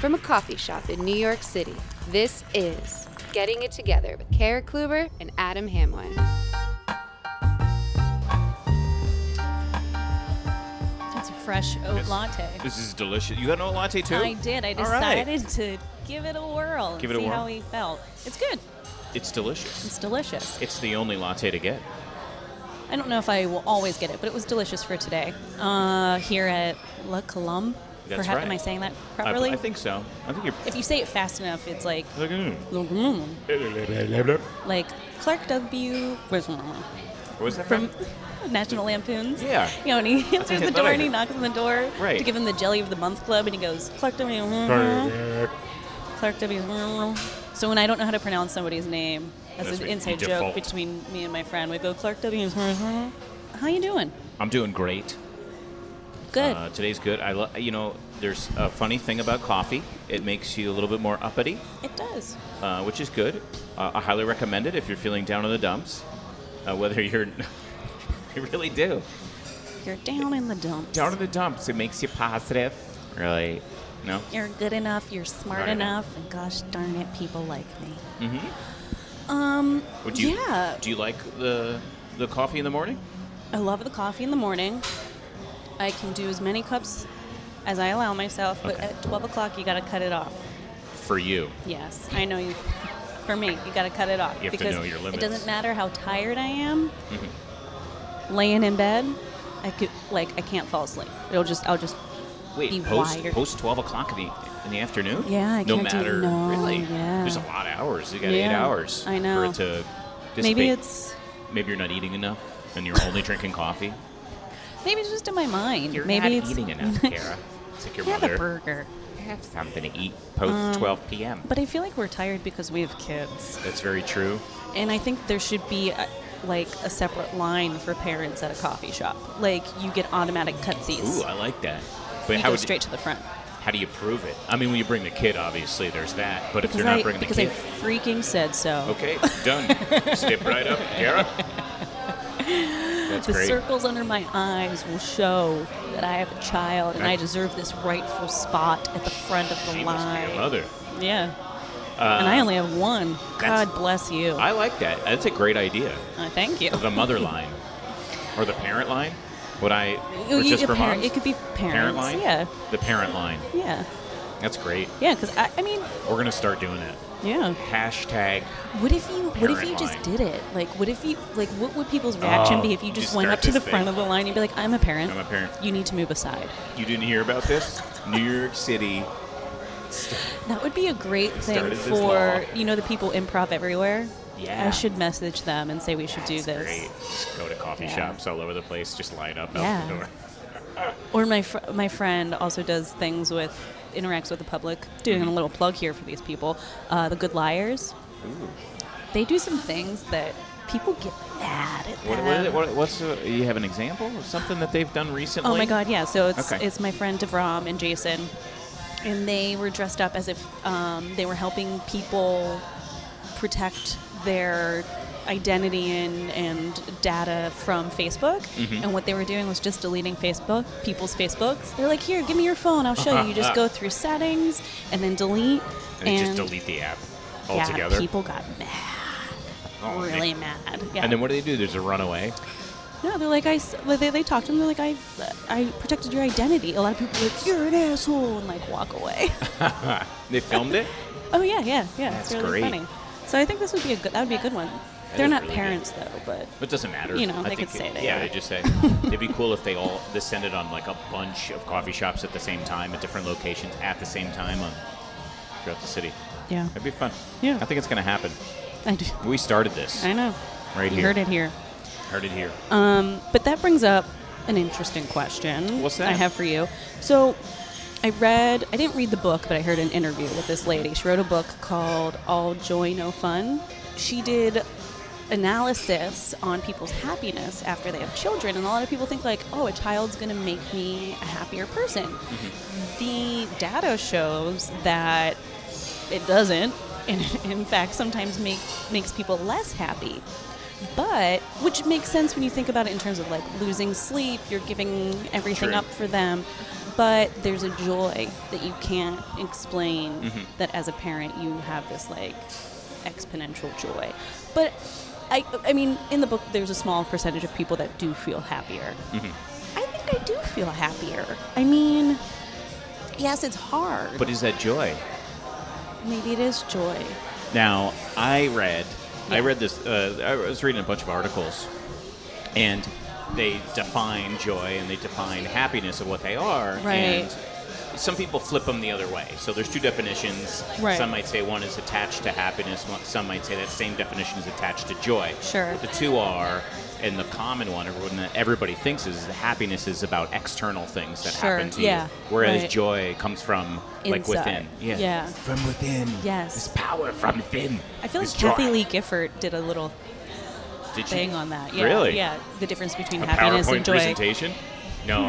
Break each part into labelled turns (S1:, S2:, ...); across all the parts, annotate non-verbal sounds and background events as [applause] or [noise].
S1: From a coffee shop in New York City, this is Getting It Together with Kara Kluber and Adam Hamlin.
S2: That's a fresh oat
S3: Yes.
S2: latte.
S3: This is delicious. You got an oat latte too?
S2: I did. I
S3: All right.
S2: decided to give it a whirl. and
S3: Give it a
S2: see
S3: whirl.
S2: how he felt. It's good.
S3: It's delicious.
S2: It's delicious.
S3: It's the only latte to get.
S2: I don't know if I will always get it, but it was delicious for today. Uh, here at La Colombe.
S3: That's
S2: Perhaps
S3: right.
S2: am I saying that
S3: I-
S2: properly?
S3: I, think so. I think you're.
S2: if you say it fast enough, it's like
S3: Look at him.
S2: La Colombe, like Clark W.
S3: Where was that
S2: from
S3: from?
S2: National Lampoons.
S3: Yeah.
S2: You know, and he [laughs] answers the
S3: that
S2: door
S3: I
S2: and he
S3: did.
S2: knocks on the door
S3: Right.
S2: to give him the Jelly of the Month Club, and he goes, Clark W. Ah. Clark W. So when I don't know how to pronounce somebody's name, that's,
S3: That's
S2: an
S3: what you
S2: inside joke
S3: default.
S2: between me and my friend. We go, Clark W. How you doing?
S3: I'm doing great.
S2: Good.
S3: Uh, today's good. I love. You know, there's a funny thing about coffee. It makes you a little bit more uppity,
S2: it does.
S3: uh, which is good. Uh, I highly recommend it if you're feeling down in the dumps. Uh, whether [laughs] you're, you really do.
S2: You're down in the dumps.
S3: Down in the dumps, it makes you positive. Really? No.
S2: You're good enough. You're smart
S3: Right.
S2: enough. And gosh darn it, people like me. Mm-hmm. Um.
S3: Would you?
S2: Yeah.
S3: Do you like the the coffee in the morning?
S2: I love the coffee in the morning. I can do as many cups as I allow myself, but
S3: Okay.
S2: at 12 o'clock, you got to cut it off.
S3: For you.
S2: Yes, I know you. For me, you got to cut it off
S3: You have to
S2: because
S3: know your
S2: it
S3: limits.
S2: doesn't matter how tired I am.
S3: Mm-hmm.
S2: Laying in bed, I could like I can't fall asleep. It'll just I'll just
S3: Wait,
S2: be
S3: post
S2: wired.
S3: post twelve o'clock in the in the afternoon?
S2: Yeah, I
S3: no
S2: can't do-
S3: matter
S2: no,
S3: really.
S2: yeah.
S3: There's a lot of hours. You got eight
S2: Yeah,
S3: hours.
S2: I know.
S3: For it to dissipate.
S2: maybe it's
S3: maybe you're not eating enough and you're only
S2: [laughs]
S3: drinking coffee.
S2: maybe it's just in my mind.
S3: You're
S2: maybe
S3: not
S2: it's [laughs]
S3: eating enough, Kara. It's like your
S2: have a
S3: mother.
S2: burger.
S3: Have something to eat post
S2: Um,
S3: twelve p.m.
S2: But I feel like we're tired because we have kids,
S3: That's very true.
S2: and I think there should be. A, like a separate line for parents at a coffee shop. Like you get automatic cutsies.
S3: Ooh, I like that. But
S2: you
S3: how
S2: go
S3: would
S2: straight to the front.
S3: how do you prove it? I mean, when you bring the kid, obviously there's that. But if
S2: Because
S3: you're not
S2: I
S3: bringing the
S2: because
S3: kid,
S2: I freaking said so.
S3: okay, done. Step right up,
S2: [laughs]
S3: Kara. That's
S2: The
S3: great.
S2: circles under my eyes will show that I have a child and I
S3: Right.
S2: deserve this rightful spot at the front of the
S3: she must be
S2: line.
S3: a mother. Uh,
S2: Yeah. and I only have one.
S3: that's-
S2: God bless you.
S3: I like that. That's a great idea.
S2: Uh, thank you.
S3: The
S2: [laughs]
S3: mother line, or the parent line? Would I?
S2: You-
S3: or
S2: you-
S3: just
S2: a
S3: for
S2: parent-
S3: moms?
S2: It could be parents.
S3: Parent line.
S2: Yeah.
S3: The parent line.
S2: Yeah.
S3: That's great.
S2: Yeah, because I, I mean,
S3: We're gonna start doing it.
S2: yeah.
S3: Hashtag.
S2: What if you What if
S3: Parent
S2: you just
S3: line.
S2: did it? Like, what if you like What would people's reaction
S3: Oh,
S2: be if you just
S3: just
S2: went
S3: start
S2: up to the
S3: this
S2: front
S3: thing.
S2: of the line and be like, "I'm a parent.
S3: I'm a parent.
S2: You need to move aside."
S3: You didn't hear about this? New York City.
S2: That would be a great thing
S3: started this
S2: for
S3: law.
S2: you know the people improv everywhere.
S3: Yeah.
S2: I should message them and say we should do this.
S3: Great. Just go to coffee
S2: Yeah.
S3: shops all over the place. Just line up
S2: Yeah.
S3: out
S2: [laughs]
S3: the door.
S2: Or my fr- my friend also does things with interacts with the public. Doing
S3: Mm-hmm.
S2: a little plug here for these people, uh, the Good Liars. They do some things that people get mad at.
S3: What,
S2: them.
S3: what, what, what's the, you have an example of something that they've done recently?
S2: Oh my god, yeah. So it's
S3: Okay.
S2: it's my friend Devram and Jason, and they were dressed up as if um, they were helping people protect their identity and, and data from Facebook.
S3: Mm-hmm.
S2: And what they were doing was just deleting Facebook, people's Facebooks. They're like, here, give me your phone. I'll show you. You just go through settings and then delete.
S3: Uh-huh. And, you just delete the app altogether.
S2: Yeah, people got mad,
S3: Oh, man.
S2: really mad. Yeah.
S3: And then what do they do? There's a runaway.
S2: No, they're like I. s- well, They, they talk to them. They're like I. I protected your identity. A lot of people are like you're an asshole and like walk away. [laughs]
S3: They filmed it.
S2: oh yeah, yeah, yeah.
S3: That's
S2: it's really
S3: great.
S2: funny. So I think this would be a good. That would be a good one. they're
S3: is
S2: not
S3: really good.
S2: parents though, but
S3: It doesn't matter.
S2: You know,
S3: I
S2: they
S3: think
S2: could say they
S3: Yeah,
S2: are.
S3: they just say it'd be cool if they all descended on like a bunch of coffee shops at the same time at different locations at the same time on throughout the city.
S2: yeah,
S3: That'd be fun.
S2: Yeah.
S3: I think it's gonna happen.
S2: I do.
S3: We started this
S2: I know.
S3: right
S2: You
S3: here.
S2: heard it here.
S3: Heard it here.
S2: Um, but that brings up an interesting question.
S3: What's that?
S2: I have for you. So I read. I didn't read the book, but I heard an interview with this lady. She wrote a book called All Joy No Fun. She did analysis on people's happiness after they have children and a lot of people think like oh a child's going to make me a happier person
S3: Mm-hmm.
S2: the data shows that [laughs] it doesn't and in fact sometimes make, makes people less happy But which makes sense when you think about it in terms of like losing sleep, you're giving everything
S3: True.
S2: up for them. But there's a joy that you can't explain
S3: Mm-hmm.
S2: that as a parent you have this like exponential joy. But I, I mean, in the book, there's a small percentage of people that do feel happier.
S3: Mm-hmm.
S2: I think I do feel happier. I mean, yes, it's hard.
S3: But is that joy?
S2: Maybe it is joy.
S3: Now, I read, I
S2: Yeah.
S3: read this. Uh, I was reading a bunch of articles, and they define joy and they define happiness of what they are.
S2: Right.
S3: And some people flip them the other way. So there's two definitions.
S2: Right.
S3: Some might say one is attached to happiness. one- Some might say that same definition is attached to joy.
S2: Sure.
S3: What the two are, and the common one, everyone that everybody thinks is that happiness is about external things that
S2: Sure,
S3: happen to
S2: yeah,
S3: you, whereas
S2: right.
S3: joy comes from like
S2: Inside.
S3: within.
S2: Yeah.
S3: From within.
S2: Yes.
S3: This power from within.
S2: I feel like
S3: This
S2: Kathy
S3: joy.
S2: Lee Gifford did a little
S3: Did
S2: thing on that. Yeah,
S3: Really?
S2: Yeah, the difference between
S3: A
S2: happiness
S3: PowerPoint
S2: and joy.
S3: presentation? No.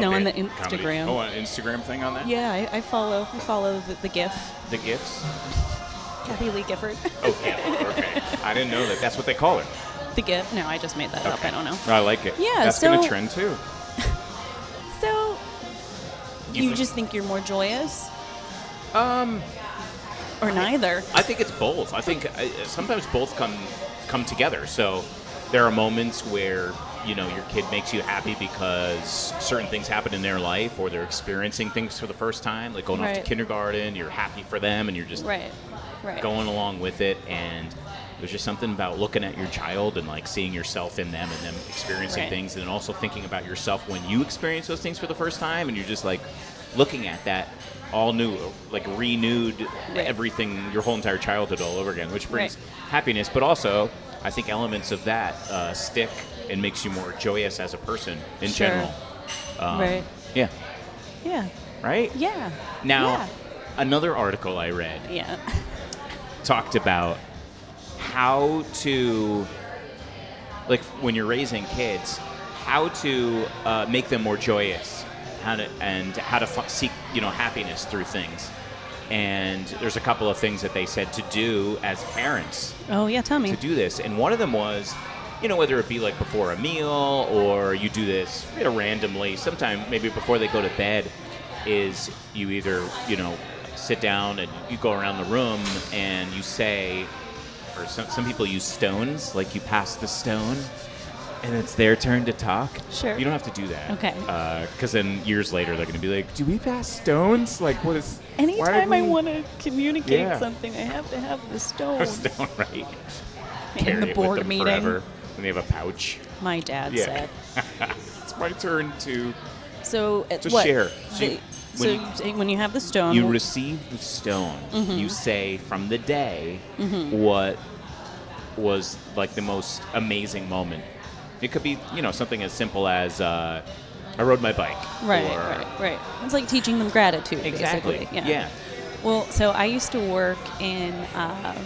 S2: [laughs] No, on the
S3: okay. Comedy.
S2: Instagram.
S3: Oh, an Instagram thing on that?
S2: Yeah, I, I follow. I follow the, the GIF.
S3: The gifts?
S2: Kathy Lee Gifford. [laughs]
S3: Oh, yeah. Okay. I didn't know that. That's what they call it.
S2: the GIF. No, I just made that up. I don't know.
S3: I like it.
S2: Yeah,
S3: That's going to
S2: so-
S3: trend too.
S2: So you,
S3: think-
S2: just think you're more joyous? Um, or neither.
S3: I think it's both. I think uh, sometimes both come come together. So there are moments where you know your kid makes you happy because certain things happen in their life, or they're experiencing things for the first time, like going off
S2: Right.
S3: to kindergarten. You're happy for them, and you're just
S2: Right. Right.
S3: going along with it. And there's just something about looking at your child and like seeing yourself in them and them experiencing
S2: Right.
S3: things, and then also thinking about yourself when you experience those things for the first time, and you're just like looking at that all new, like renewed
S2: Right.
S3: everything, your whole entire childhood all over again, which brings
S2: Right.
S3: happiness, but also I think elements of that uh, stick and makes you more joyous as a person in
S2: Sure.
S3: general. Um,
S2: Right.
S3: Yeah.
S2: Yeah.
S3: Right.
S2: Yeah.
S3: Now,
S2: Yeah.
S3: another article I read
S2: Yeah. [laughs]
S3: talked about how to like when you're raising kids how to uh, make them more joyous how to and how to f- seek you know happiness through things and there's a couple of things that they said to do as parents
S2: Oh yeah, tell me.
S3: to do this. And one of them was, you know, whether it be like before a meal or you do this you know, randomly, sometime maybe before they go to bed, is you either, you know, sit down and you go around the room and you say, or some, some people use stones, like you pass the stone. And it's their turn to talk.
S2: Sure.
S3: You don't have to do that.
S2: Okay.
S3: Because then years later they're going to be like, "Do we pass stones? Like, what is?" why did
S2: Anytime I
S3: we-"
S2: want to communicate
S3: Yeah.
S2: something, I have to have the stone
S3: [laughs] stone, right?
S2: in
S3: Carry it
S2: the
S3: with
S2: board
S3: them
S2: meeting.
S3: forever. And they have a pouch.
S2: My dad
S3: Yeah.
S2: said.
S3: It's my turn to.
S2: So at
S3: To
S2: what?
S3: share. So
S2: The,
S3: you-
S2: so
S3: when you-
S2: you say- when you have the stone,
S3: You
S2: we'll-
S3: receive the stone. You say from the day what was like the most amazing moment. It could be, you know, something as simple as uh, I rode my bike.
S2: right,
S3: or-
S2: right, right. It's like teaching them gratitude,
S3: Exactly.
S2: basically.
S3: Yeah.
S2: Well, so I used to work in uh,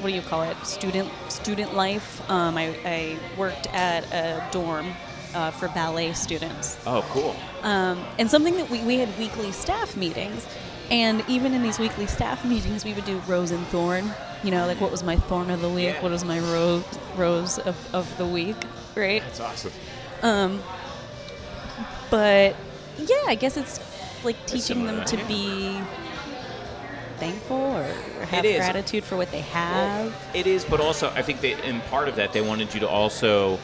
S2: what do you call it? Student student life. Um, I, I worked at a dorm uh, for ballet students.
S3: Oh, cool.
S2: um, and something that we, we had weekly staff meetings and even in these weekly staff [laughs] meetings we would do rose and thorn you know like what was my thorn of the week
S3: Yeah.
S2: what was my rose rose of, of the week right Um,
S3: That's awesome.
S2: but yeah i guess it's like teaching
S3: similar,
S2: them to
S3: yeah.
S2: be thankful or have
S3: is.
S2: gratitude for what they have
S3: It is, but also I think that in part of that they wanted you to also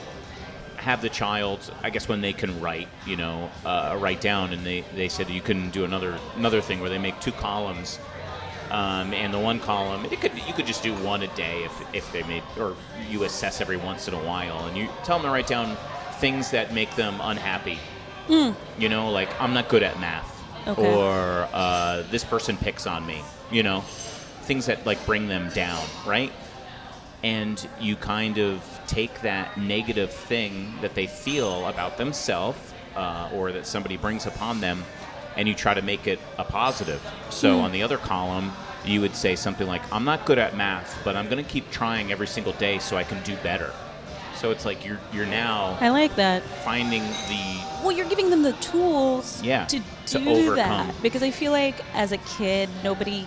S3: have the child, I guess, when they can write, you know, uh, write down, and they they said you can do another another thing where they make two columns. Um, and the one column, it could you could just do one a day if, if they made or you assess every once in a while, and you tell them to write down things that make them unhappy. You know, like I'm not good at math,
S2: Okay.
S3: or uh, this person picks on me. You know, things that like bring them down, right? and you kind of take that negative thing that they feel about themselves uh, or that somebody brings upon them and you try to make it a positive so
S2: Hmm.
S3: on the other column you would say something like i'm not good at math but i'm going to keep trying every single day so i can do better so it's like you're you're now
S2: i like that
S3: finding the
S2: Well, you're giving them the tools
S3: Yeah,
S2: to
S3: to
S2: do
S3: overcome.
S2: that because I feel like as a kid, nobody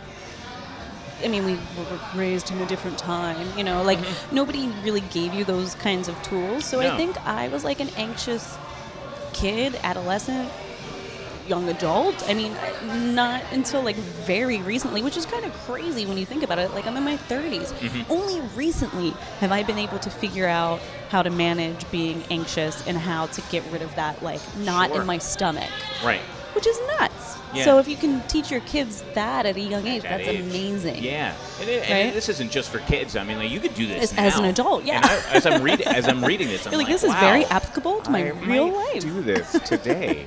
S2: I mean, we were raised in a different time, you know, like nobody really gave you those kinds of tools. So
S3: Mm-hmm. No.
S2: I think I was like an anxious kid, adolescent, young adult. I mean, not until like very recently, which is kind of crazy when you think about it. Like, I'm in my 30s.
S3: Mm-hmm.
S2: Only recently have I been able to figure out how to manage being anxious and how to get rid of that, like, not
S3: Sure.
S2: in my stomach,
S3: Right.
S2: which is nuts.
S3: Yeah.
S2: So, if you can teach your kids that at a young age,
S3: that
S2: that's
S3: age.
S2: amazing.
S3: Yeah, and, it, and
S2: Right?
S3: this isn't just for kids. I mean, like you could do this
S2: As- as an
S3: now.
S2: adult, yeah.
S3: And I, as I'm reading, as I'm reading
S2: [laughs]
S3: this, I'm
S2: You're like,
S3: like,
S2: this is
S3: wow,
S2: very applicable to my
S3: I
S2: real
S3: might
S2: life.
S3: Do this
S2: [laughs]
S3: today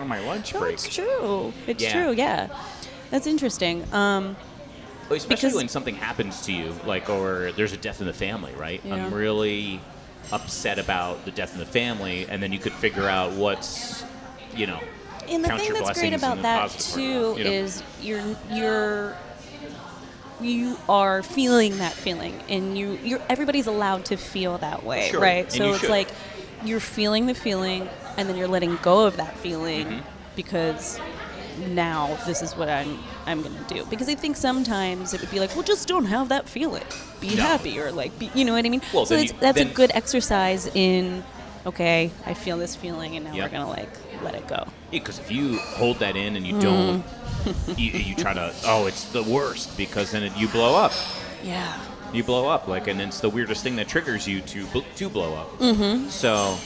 S3: on my lunch
S2: No,
S3: break.
S2: it's true. It's
S3: Yeah.
S2: true. Yeah, that's interesting. Um,
S3: Especially
S2: Because-
S3: when something happens to you, like, or there's a death in the family, right?
S2: Yeah.
S3: I'm really upset about the death in the family, and then you could figure out what's, you know,
S2: and the
S3: count
S2: thing
S3: your
S2: that's great
S3: blessings
S2: about
S3: and the
S2: that
S3: positive or
S2: too
S3: not, you know?
S2: is you're you're you are feeling that feeling, and you you're everybody's allowed to feel that way,
S3: Sure,
S2: right?
S3: and
S2: So
S3: you
S2: it's
S3: should.
S2: like you're feeling the feeling, and then you're letting go of that feeling
S3: Mm-hmm.
S2: because now this is what I'm I'm gonna do. Because I think sometimes it would be like, well, just don't have that feeling, be
S3: No.
S2: happy, or like, be, you know what I mean?
S3: Well,
S2: so
S3: then
S2: it's,
S3: you-
S2: that's a
S3: then-
S2: good exercise in. Okay, I feel this feeling, and now
S3: Yep.
S2: we're gonna like let it go.
S3: Because if you hold that in and you don't,
S2: Mm.
S3: you, you try to, oh, it's the worst, because then it, you blow up.
S2: Yeah.
S3: you blow up like and it's the weirdest thing that triggers you to bl- to blow up mm-hmm. so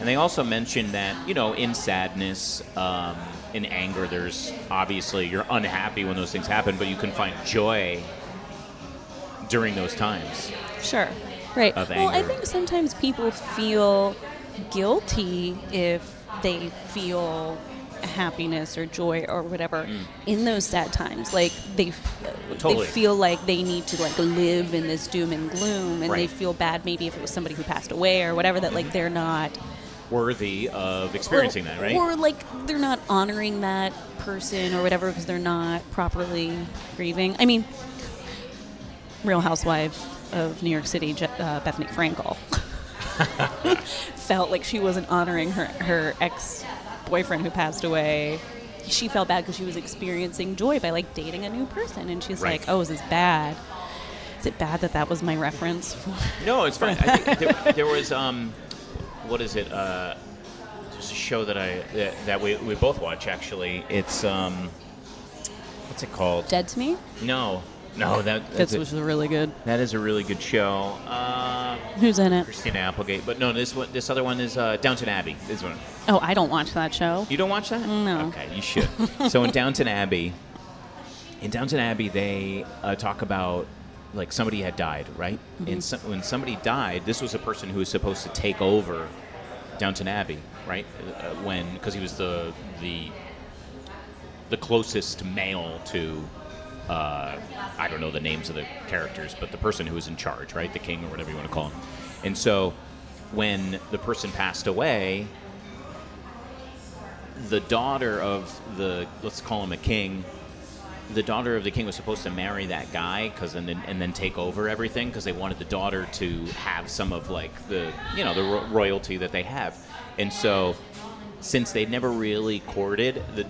S3: and they also mentioned that you know in sadness um, in anger there's obviously you're unhappy when those things happen but you can find joy during those times
S2: Sure. Right.
S3: Of
S2: well, I
S3: anger.
S2: think sometimes people feel guilty if they feel happiness or joy or whatever in those sad times. Like they, f-
S3: Mm. Totally.
S2: they feel like they need to like live in this doom and gloom, and they
S3: Right.
S2: feel bad maybe if it was somebody who passed away or whatever that like they're not
S3: worthy of experiencing
S2: or,
S3: that right
S2: Or like they're not honoring that person or whatever because they're not properly grieving. I mean, Real Housewife of New York City, Je- uh, Bethany Frankel, [laughs] felt like she wasn't honoring her her ex boyfriend who passed away. She felt bad because she was experiencing joy by like dating a new person, and she's
S3: Right.
S2: like, "Oh, is this bad? Is it bad that that was my reference for?"
S3: no it's fine I [laughs] think there, there was um what is it uh there's a show that i that, that we, we both watch actually it's um what's it called
S2: Dead to me.
S3: no no that
S2: That's
S3: that's it.
S2: which is really good.
S3: That is a really good show. Uh,
S2: Who's in it?
S3: Christina Applegate, but no, this one, this other one is uh, Downton Abbey. This one,
S2: Oh, I don't watch that show.
S3: you don't watch that?
S2: No.
S3: Okay, you should. so in Downton Abbey, in Downton Abbey, they uh, talk about like somebody had died, right? And some, when somebody died, this was a person who was supposed to take over Downton Abbey, right? Uh, when because he was the the the closest male to uh, I don't know the names of the characters, but the person who was in charge, right? The king or whatever you want to call him. And so when the person passed away, the daughter of the let's call him a king the daughter of the king was supposed to marry that guy because and then, and then take over everything because they wanted the daughter to have some of like the you know the ro- royalty that they have and so since they never really courted the,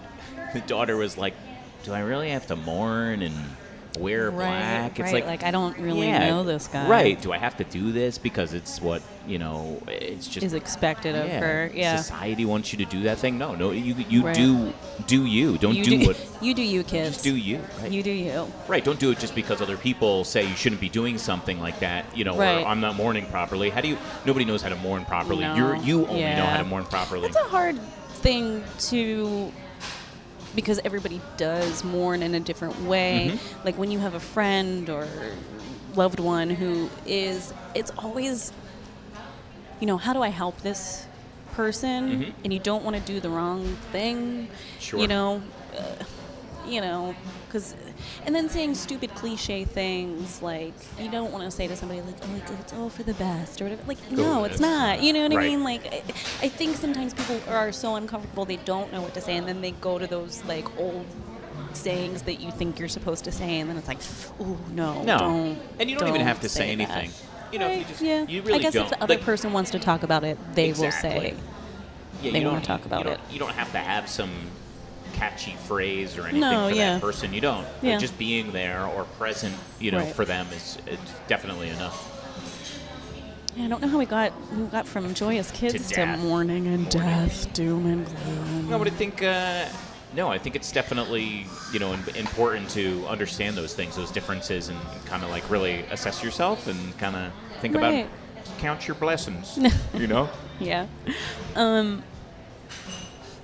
S3: the daughter was like do i really have to mourn and wear black
S2: Right, like, I don't really
S3: yeah,
S2: know this guy.
S3: right do i have to do this because it's what you know it's just
S2: Is expected of her. Yeah.
S3: Society wants you to do that thing. No, no, you you
S2: Right.
S3: do do you. Don't
S2: you
S3: do,
S2: do
S3: what
S2: [laughs] you do you kids.
S3: just do you. Right.
S2: You do you.
S3: right. Don't do it just because other people say you shouldn't be doing something like that. You know,
S2: Right.
S3: or I'm not mourning properly. How do you? Nobody knows how to mourn properly.
S2: No.
S3: You're you only know
S2: Yeah.
S3: how to mourn properly.
S2: That's a hard thing to because everybody does mourn in a different way. Like when you have a friend or loved one who is it's always you know, how do I help this person? And you don't want to do the wrong thing.
S3: Sure.
S2: You know, Uh, you know, because, and then saying stupid cliche things like you don't want to say to somebody like, oh, it's, it's all for the best or whatever. Like, no, it's
S3: it's
S2: not. You know what I
S3: Right.
S2: mean? Like, I, I think sometimes people are so uncomfortable they don't know what to say, and then they go to those like old sayings that you think you're supposed to say, and then it's like, oh no,
S3: no,
S2: don't,
S3: and you don't, even have to say,
S2: that."
S3: anything. You know, if you
S2: Right,
S3: just
S2: yeah.
S3: you really
S2: I guess
S3: don't.
S2: if the other
S3: Like,
S2: person wants to talk about it, they will
S3: Exactly.
S2: say.
S3: yeah,
S2: they
S3: you
S2: wanna
S3: don't-
S2: talk about
S3: you don't-
S2: it.
S3: You don't have to have some catchy phrase or anything
S4: No,
S3: for
S4: yeah.
S3: that person. You don't. Like,
S4: Yeah.
S3: just being there or present, you know,
S4: Right.
S3: for them is, is definitely enough.
S4: Yeah, I don't know how we got we got from joyous kids to,
S3: death.
S4: mourning and
S3: Mourning.
S4: death, doom and gloom.
S3: No, but I think. Uh, no, I think it's definitely you know im- important to understand those things, those differences, and kind of like really assess yourself and kind of think
S4: Right.
S3: about, count your
S4: [laughs]
S3: blessings, you know.
S4: Yeah,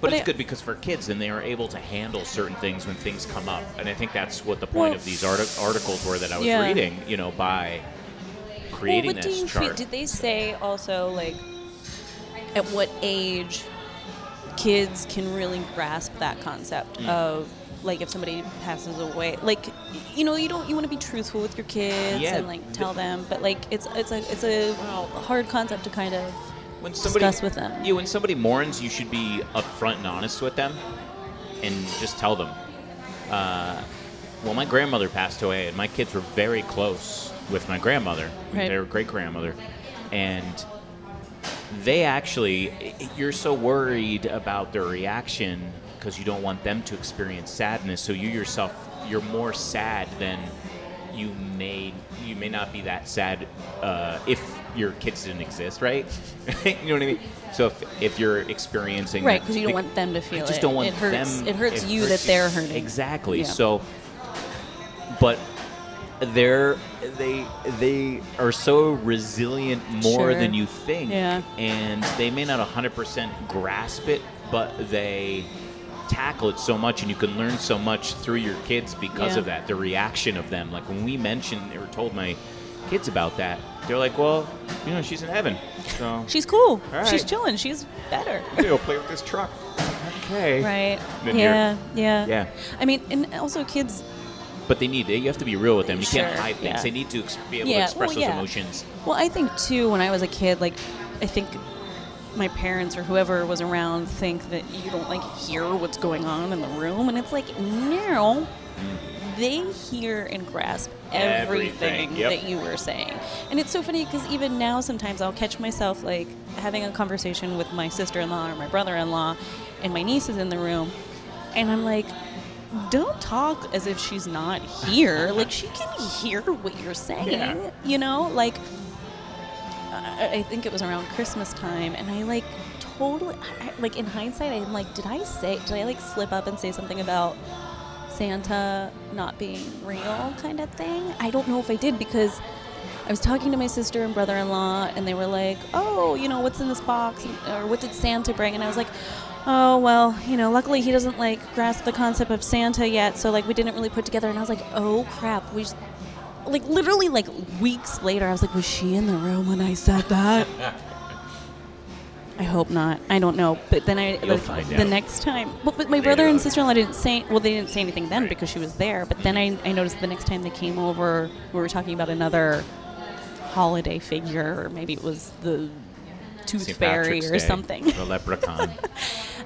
S3: But
S4: But
S3: it's
S4: I-
S3: good because for kids, then they are able to handle certain things when things come up, and I think that's what the point
S4: Well-
S3: of these arti- articles were that I was
S4: Yeah.
S3: reading. You know, by creating
S2: well, what
S3: this
S2: do you feel-
S3: chart.
S2: did they say also like at what age kids can really grasp that concept
S3: Mm.
S2: of like if somebody passes away like you know you don't you want to be truthful with your kids
S3: Yeah,
S2: and like
S3: th-
S2: tell them but like it's it's a it's a
S3: Well-
S2: hard concept to kind of
S3: when somebody,
S2: discuss with them.
S3: Yeah, when somebody mourns, you should be upfront and honest with them, and just tell them. Uh, well, my grandmother passed away, and my kids were very close with my grandmother,
S2: Right.
S3: their great grandmother, and they actually i- i- you're so worried about their reaction because you don't want them to experience sadness so you yourself you're more sad than you may you may not be that sad uh, if your kids didn't exist right [laughs] you know what i mean so if, if you're experiencing
S2: Right,
S3: that-
S2: 'cause you don't want them to
S3: I
S2: feel
S3: just
S2: it.
S3: don't want
S2: It hurts-
S3: them
S2: it hurts you that they're hurting.
S3: exactly
S2: Yeah.
S3: so but they're they they are so resilient more
S2: Sure.
S3: than you think
S4: Yeah.
S3: and they may not 100% grasp it but they tackle it so much and you can learn so much through your kids because
S4: Yeah.
S3: of that the reaction of them like when we mentioned or told my kids about that they're like well you know she's in heaven
S2: [laughs]
S3: so
S2: she's cool
S3: All
S2: she's
S3: right.
S2: chilling she's better
S3: you know play with this truck okay
S2: right
S3: Then you're-
S2: yeah yeah
S3: Yeah.
S2: i mean and also kids
S3: but they need it you have to be real with them you can't
S2: Sure,
S3: hide things
S2: yeah.
S3: they need to ex- be able
S2: Yeah,
S3: to
S2: well,
S3: express those
S2: yeah.
S3: emotions
S2: Well, I think too, when I was a kid, like, I think my parents or whoever was around think that you don't like hear what's going on in the room. And it's like, no, they hear and grasp everything,
S3: Mm. Everything, yep.
S2: that you were saying. And it's so funny because even now, sometimes I'll catch myself like having a conversation with my sister in law or my brother in law, and my niece is in the room. And I'm like, don't talk as if she's not here. like she can hear what you're saying.
S3: Yeah.
S2: You know, like I, I think it was around Christmas time, and I like totally I, I- like in hindsight, I'm like, did I say? Did I like slip up and say something about Santa not being real, kind of thing? I don't know if I did because. I was talking to my sister and brother-in-law, and they were like, "Oh, you know, what's in this box, or what did Santa bring?" And I was like, "Oh, well, you know, luckily he doesn't like grasp the concept of Santa yet, so like we didn't really put together." And I was like, "Oh crap, we." Just, like literally like weeks later i was like was she in the room when i said
S3: [laughs]
S2: that i hope not i don't know but then i
S3: You'll
S2: like,
S3: find
S2: the
S3: out.
S2: next time but, but my
S3: Later
S2: brother
S3: on.
S2: and sister-in-law didn't say well they didn't say anything then because she was there but then I, I noticed the next time they came over we were talking about another holiday figure or maybe it was the tooth
S3: St.
S2: fairy
S3: Patrick's
S2: or
S3: Day,
S2: something [laughs]
S3: the leprechaun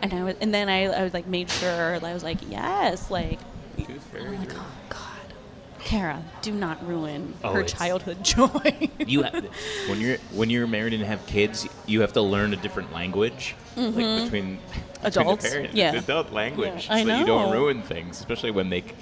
S2: and i was and then i, I was like made sure i was like yes like
S3: Tooth fairy.
S2: I'm like, oh God, Kara, do not ruin
S3: Oh,
S2: her
S3: it's-
S2: childhood [laughs] joy.
S3: you have, when you're when you're married and have kids, you have to learn a different language, like between
S2: Mm-hmm. Adults,
S3: between the parents,
S2: yeah.
S3: the adult language,
S2: Yeah, I
S3: so that you don't
S2: know.
S3: ruin things, especially when they c-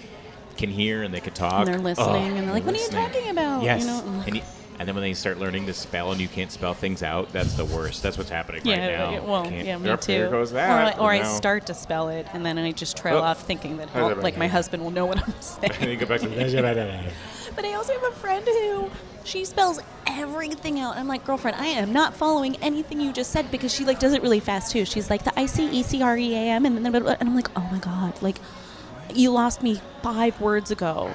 S3: can hear and they can talk.
S2: they're listening, and they're like, "What are you
S3: listening."
S2: talking about?" You
S3: Yes,
S2: know, I'm like-
S3: and, you- and then when they start learning to spell and you can't spell things out, that's the worst. That's what's happening right now.
S2: like, well,
S3: Can't-
S2: yeah, me
S3: Yep,
S2: too.
S3: Here goes
S2: Or
S3: that.
S2: I- Or, I
S3: now-
S2: start to spell it, and then I just trail
S3: Oh.
S2: off, thinking that
S3: How's
S2: he'll-
S3: that
S2: like my
S3: right?
S2: husband will know what I'm [laughs]
S3: and
S2: saying.
S3: you go back to the
S2: but I also have a friend who she spells everything out. I'm like, girlfriend, I am not following anything you just said because she like does it really fast too. She's like the I C E C R E A M, and then blah, blah, blah. and I'm like, oh my god, like you lost me five words ago.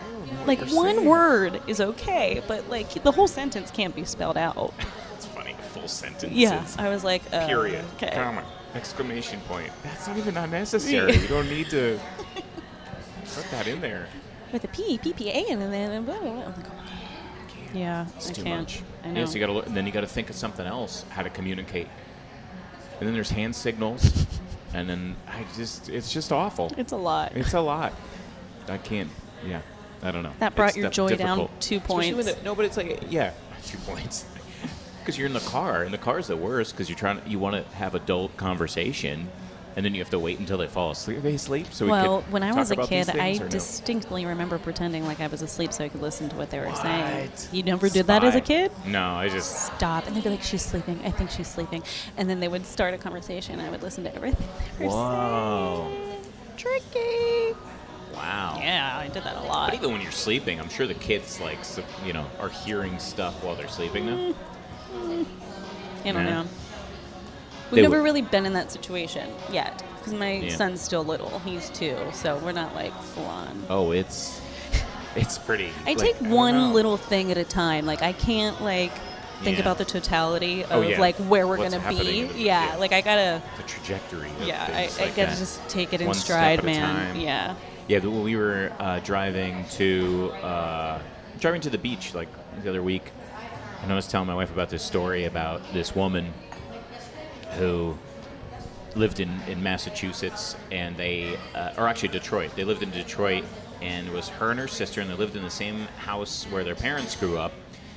S2: Like one word is okay, but like the whole sentence can't be spelled out.
S3: It's funny. Full sentences.
S2: Yeah, I was like, uh,
S3: Period.
S2: Okay.
S3: Comma. Exclamation point. That's not even unnecessary. you don't need to put that in there.
S2: with a P, P, P, A, and then and blah, blah, blah. I'm like, oh my God. Yeah, I can't. I know.
S3: Yeah, so you gotta, look- and then you got to think of something else, how to communicate. And then there's hand signals, and then I just, it's just awful.
S2: it's a lot.
S3: It's a lot. I can't. Yeah, I don't know.
S2: That brought
S3: It's
S2: your
S3: def-
S2: joy down
S3: difficult.
S2: two
S3: Especially when
S2: points.
S3: it- no, but it's like yeah, [laughs] two points. Because you're in the car, and the car's the worst because you're trying. You want to have adult conversation, and then you have to wait until they fall asleep. They sleep. So
S2: well,
S3: we could
S2: when I
S3: talk
S2: was a
S3: about these
S2: kid, I
S3: things or no?
S2: distinctly remember pretending like I was asleep so I could listen to what they were saying.
S3: What?
S2: You never did that as a
S3: Spy.
S2: kid?
S3: No, I just
S2: Stop. And they'd be like, she's sleeping. I think she's sleeping. And then they would start a conversation. And I would listen to everything [laughs] they were
S3: wow,
S2: saying. Tricky.
S3: wow.
S2: Yeah, I did that a
S3: But
S2: lot.
S3: even when you're sleeping, I'm sure the kids like s- you know are hearing stuff while they're sleeping now.
S2: I don't
S3: Yeah.
S2: know.
S3: They
S2: We've never
S3: would-
S2: really been in that situation yet. Because my
S3: Yeah.
S2: son's still little. He's two. So we're not like full on.
S3: Oh, it's it's pretty.
S2: [laughs] I
S3: like,
S2: take
S3: don't know.
S2: one little thing at a time. Like I can't like think
S3: Yeah.
S2: about the totality of
S3: Oh, yeah.
S2: like where we're
S3: What's
S2: gonna
S3: happening
S2: be.
S3: in the-
S2: Yeah,
S3: yeah.
S2: like I gotta.
S3: the trajectory. Of
S2: Yeah, I,
S3: things
S2: I
S3: like
S2: gotta
S3: that.
S2: just take it in
S3: One step
S2: stride,
S3: at a
S2: man.
S3: time.
S2: Yeah.
S3: Yeah, but when we were uh, driving to uh, driving to the beach like the other week, and I was telling my wife about this story about this woman who lived in, in Massachusetts, and they, uh, or actually Detroit. They lived in Detroit, and it was her and her sister, and they lived in the same house where their parents grew up.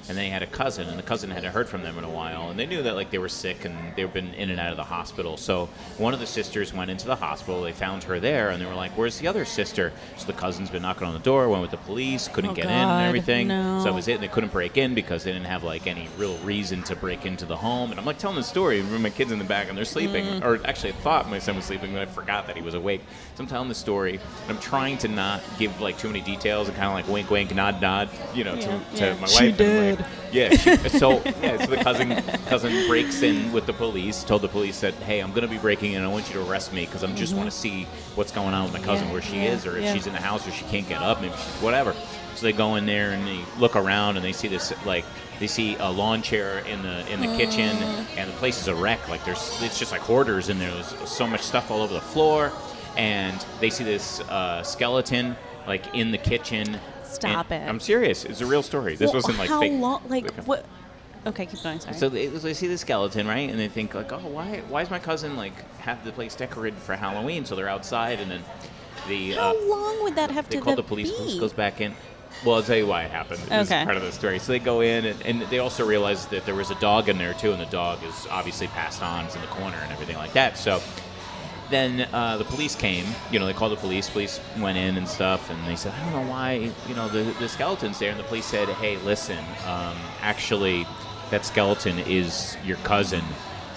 S3: And they had a cousin, and the cousin hadn't heard from them in a while, and they knew that like they were sick and they've been in and out of the hospital. So one of the sisters went into the hospital. They found her there, and they were like, "Where's the other sister?" So the cousin's been knocking on the door, went with the police, couldn't
S2: Oh,
S3: get in, and
S2: God,
S3: everything. So
S2: no.
S3: that was it, and they couldn't break in because they didn't have like any real reason to break into the home. And I'm like telling the story when my kids in the back and they're sleeping,
S2: Mm.
S3: or actually I thought my son was sleeping, but I forgot that he was awake. So I'm telling the story, and I'm trying to not give like too many details and kind of like wink, wink, nod, nod, you know,
S2: Yeah,
S3: to, to
S2: yeah.
S3: my
S2: She
S3: wife. And,
S2: did.
S3: like, yeah. She, so yeah, so the cousin cousin breaks in with the police. Told the police that hey, I'm gonna be breaking in. I want you to arrest me because I am just want to see what's going on with my cousin,
S2: Mm-hmm. Yeah,
S3: where she
S2: yeah,
S3: is, or if
S2: yeah.
S3: she's in the house, or she can't get up, maybe she's whatever. So they go in there and they look around and they see this like they see a lawn chair in the in the kitchen
S2: Mm.
S3: and the place is a wreck. Like there's it's just like hoarders in there. There's so much stuff all over the floor, and they see this uh, skeleton like in the kitchen.
S2: Stop
S3: And-
S2: it.
S3: I'm serious. It's a real story. This
S2: Well,
S3: wasn't like
S2: how
S3: fake.
S2: long? Like
S3: Okay.
S2: what? Okay, keep going. Sorry.
S3: So they, so they see the skeleton, right? And they think like, oh, why? Why is my cousin like have the place decorated for Halloween? So they're outside, and then the
S2: how
S3: uh,
S2: long would that have
S3: they
S2: to
S3: call the
S2: that
S3: police. Police
S2: be?
S3: goes back in. Well, I'll tell you why it happened. It was
S2: Okay.
S3: part of the story. So they go in, and, and they also realize that there was a dog in there too, and the dog is obviously passed on, is in the corner, and everything like that. So then uh, the police came. You know, they called the police. Police went in and stuff, and they said, "I don't know why." You know, the the skeleton's there, and the police said, "Hey, listen, um, actually, that skeleton is your cousin,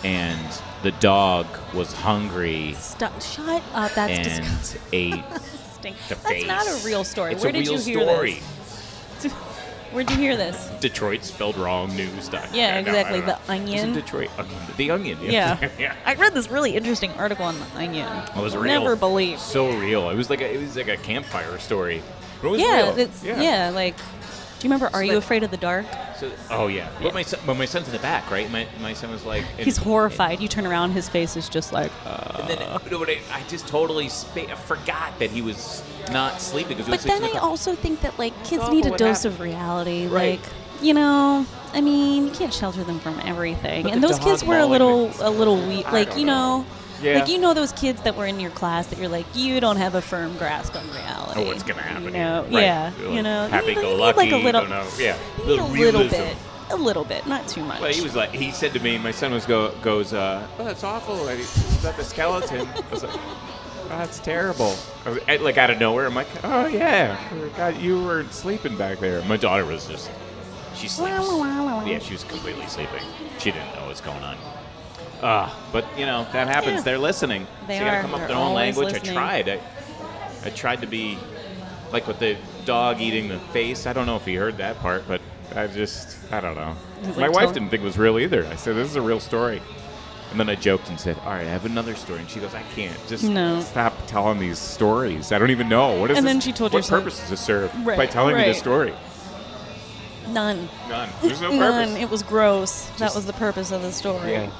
S3: and the dog was hungry
S2: Stop. Shut up. That's disgusting.
S3: and ate."
S2: [laughs]
S3: the
S2: That's not
S3: face.
S2: a real story.
S3: It's
S2: Where
S3: a
S2: did you
S3: real
S2: hear
S3: story.
S2: this? Where'd you hear this?
S3: Detroit spelled wrong news. dot-
S2: Yeah,
S3: no, I
S2: exactly.
S3: don't know.
S2: The Onion.
S3: Isn't Detroit Onion? The Onion.
S2: Yeah.
S3: [laughs] [laughs] yeah.
S2: I read this really interesting article on the Onion.
S3: It was real.
S2: Never believed.
S3: So real. It was like a, it was like a campfire story. But it was
S2: yeah,
S3: real.
S2: it's yeah. like do you remember Are You
S3: like-
S2: Afraid of the Dark?
S3: So, oh yeah. But my son, but my son's in the back, right? My, my son was like and-
S2: He's horrified. You turn around, his face is just like
S3: And then no, but I, I just totally spa- I forgot that he was not sleeping because he
S2: But
S3: was sleeping.
S2: then I also think that like kids
S3: awful
S2: need a
S3: what
S2: dose
S3: happened.
S2: of reality.
S3: Right.
S2: Like you know, I mean, you can't shelter them from everything.
S3: But
S2: and
S3: the
S2: those kids
S3: dog
S2: were a
S3: walking
S2: little
S3: is-
S2: a little weak.
S3: I
S2: Like
S3: don't
S2: you
S3: know.
S2: know,
S3: Yeah.
S2: like you know those kids that were in your class that you're like you don't have a firm grasp on reality.
S3: Oh, what's gonna happen?
S2: You know,
S3: here. Right.
S2: yeah,
S3: You're
S2: you
S3: like,
S2: know,
S3: happy
S2: you
S3: go
S2: need,
S3: lucky.
S2: like a little,
S3: don't know. Yeah,
S2: you need a little
S3: realism.
S2: bit, a little bit, not too much.
S3: Well, he was like, he said to me, my son was go goes, uh, oh, that's awful. Like, Is that the skeleton? I was like, "Oh, that's terrible. I was, I- like out of nowhere, I'm like, oh yeah, God, you were sleeping back there. My daughter was just, she sleeps. yeah, she was completely sleeping. She didn't know what's going on. Uh, but you know that happens.
S2: Yeah.
S3: They're listening.
S2: They
S3: so you gotta
S2: are.
S3: come up
S2: They're
S3: with their own
S2: always
S3: language.
S2: listening.
S3: I tried. I, I tried to be like with the dog eating the face. I don't know if he heard that part, but I just I don't know.
S2: He's
S3: My
S2: like,
S3: wife
S2: "Tell-
S3: didn't think it was real either. I said this is a real story. And then I joked and said, "All right, I have another story." And she goes, "I can't. Just
S2: No.
S3: stop telling these stories. I don't even know what is
S2: And
S3: this-
S2: then she told
S3: what
S2: yourself-
S3: purpose does this serve by
S2: Right,
S3: telling me this
S2: right.
S3: story?
S2: none.
S3: None.
S2: [laughs]
S3: There's no
S2: None.
S3: purpose.
S2: It was gross. that
S3: Just-
S2: was the purpose of the story.
S3: Yeah.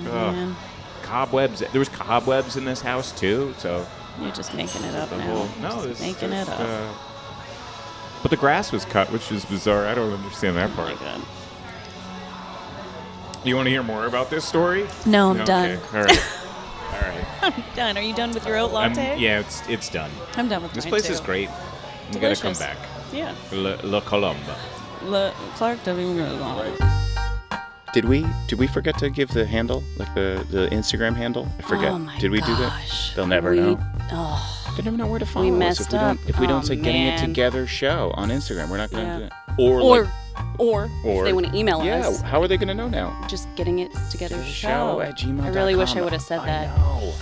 S3: Ugh.
S2: Oh, Man,
S3: Cobwebs. There was cobwebs in this house too, so
S2: you're just making it up
S3: the
S2: now.
S3: whole no,
S2: Just
S3: it's
S2: making
S3: just,
S2: it up.
S3: uh, but the grass was cut, which is bizarre. I don't understand that
S2: Oh my
S3: part.
S2: God. [laughs]
S3: You want to hear more about this story?
S2: No, I'm done.
S3: Okay.
S2: [laughs]
S3: All right. All right.
S2: I'm done. Are you done with your oat
S3: I'm-
S2: latte?
S3: yeah, it's it's done.
S2: I'm done with
S3: This
S2: mine,
S3: place
S2: too.
S3: is great. You gotta come
S2: Delicious.
S3: back.
S2: Yeah.
S3: La, La Colomba.
S2: Le- Clark W. Griswold.
S5: Did
S3: Did we did we forget to give the handle, like the the Instagram handle? I forget.
S2: Oh my
S3: did we do that?
S2: gosh.
S3: They'll never
S2: We-
S3: know.
S2: Oh,
S3: They never know where to follow us if
S2: messed
S3: we
S2: up.
S3: don't if we
S2: Oh,
S3: don't say getting it
S2: man.
S3: together show on Instagram. We're not going to
S2: Yeah.
S3: do that. Or,
S2: or,
S3: like,
S2: or,
S3: or-
S2: if they want to email
S3: yeah,
S2: us,
S3: how are they going to know now?
S2: just getting it together.
S3: Show at gmail.
S2: I really wish I would have said that.
S3: No.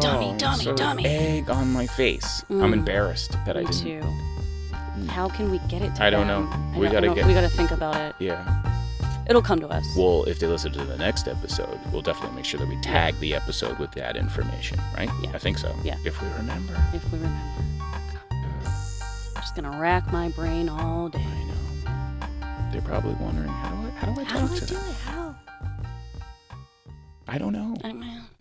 S2: Dummy,
S3: oh,
S2: dummy,
S3: so
S2: dummy. Mm.
S3: Egg on my face. I'm embarrassed that I
S2: Me
S3: didn't.
S2: too. How can we get it to
S3: I don't
S2: them? I
S3: know. We
S2: don't- I
S3: gotta
S2: don't-
S3: get-
S2: We gotta think about it.
S3: Yeah.
S2: It'll come to us.
S3: Well, if they listen to the next episode, we'll definitely make sure that we tag the episode with that information, right?
S2: Yeah.
S3: I think so.
S2: Yeah.
S3: If we remember.
S2: if we remember. I'm just gonna rack my brain all day.
S3: I know. They're probably wondering how do I how do I
S2: How
S3: talk
S2: do I
S3: to
S2: do
S3: them?
S2: it? How?
S3: I don't know.
S2: I don't know.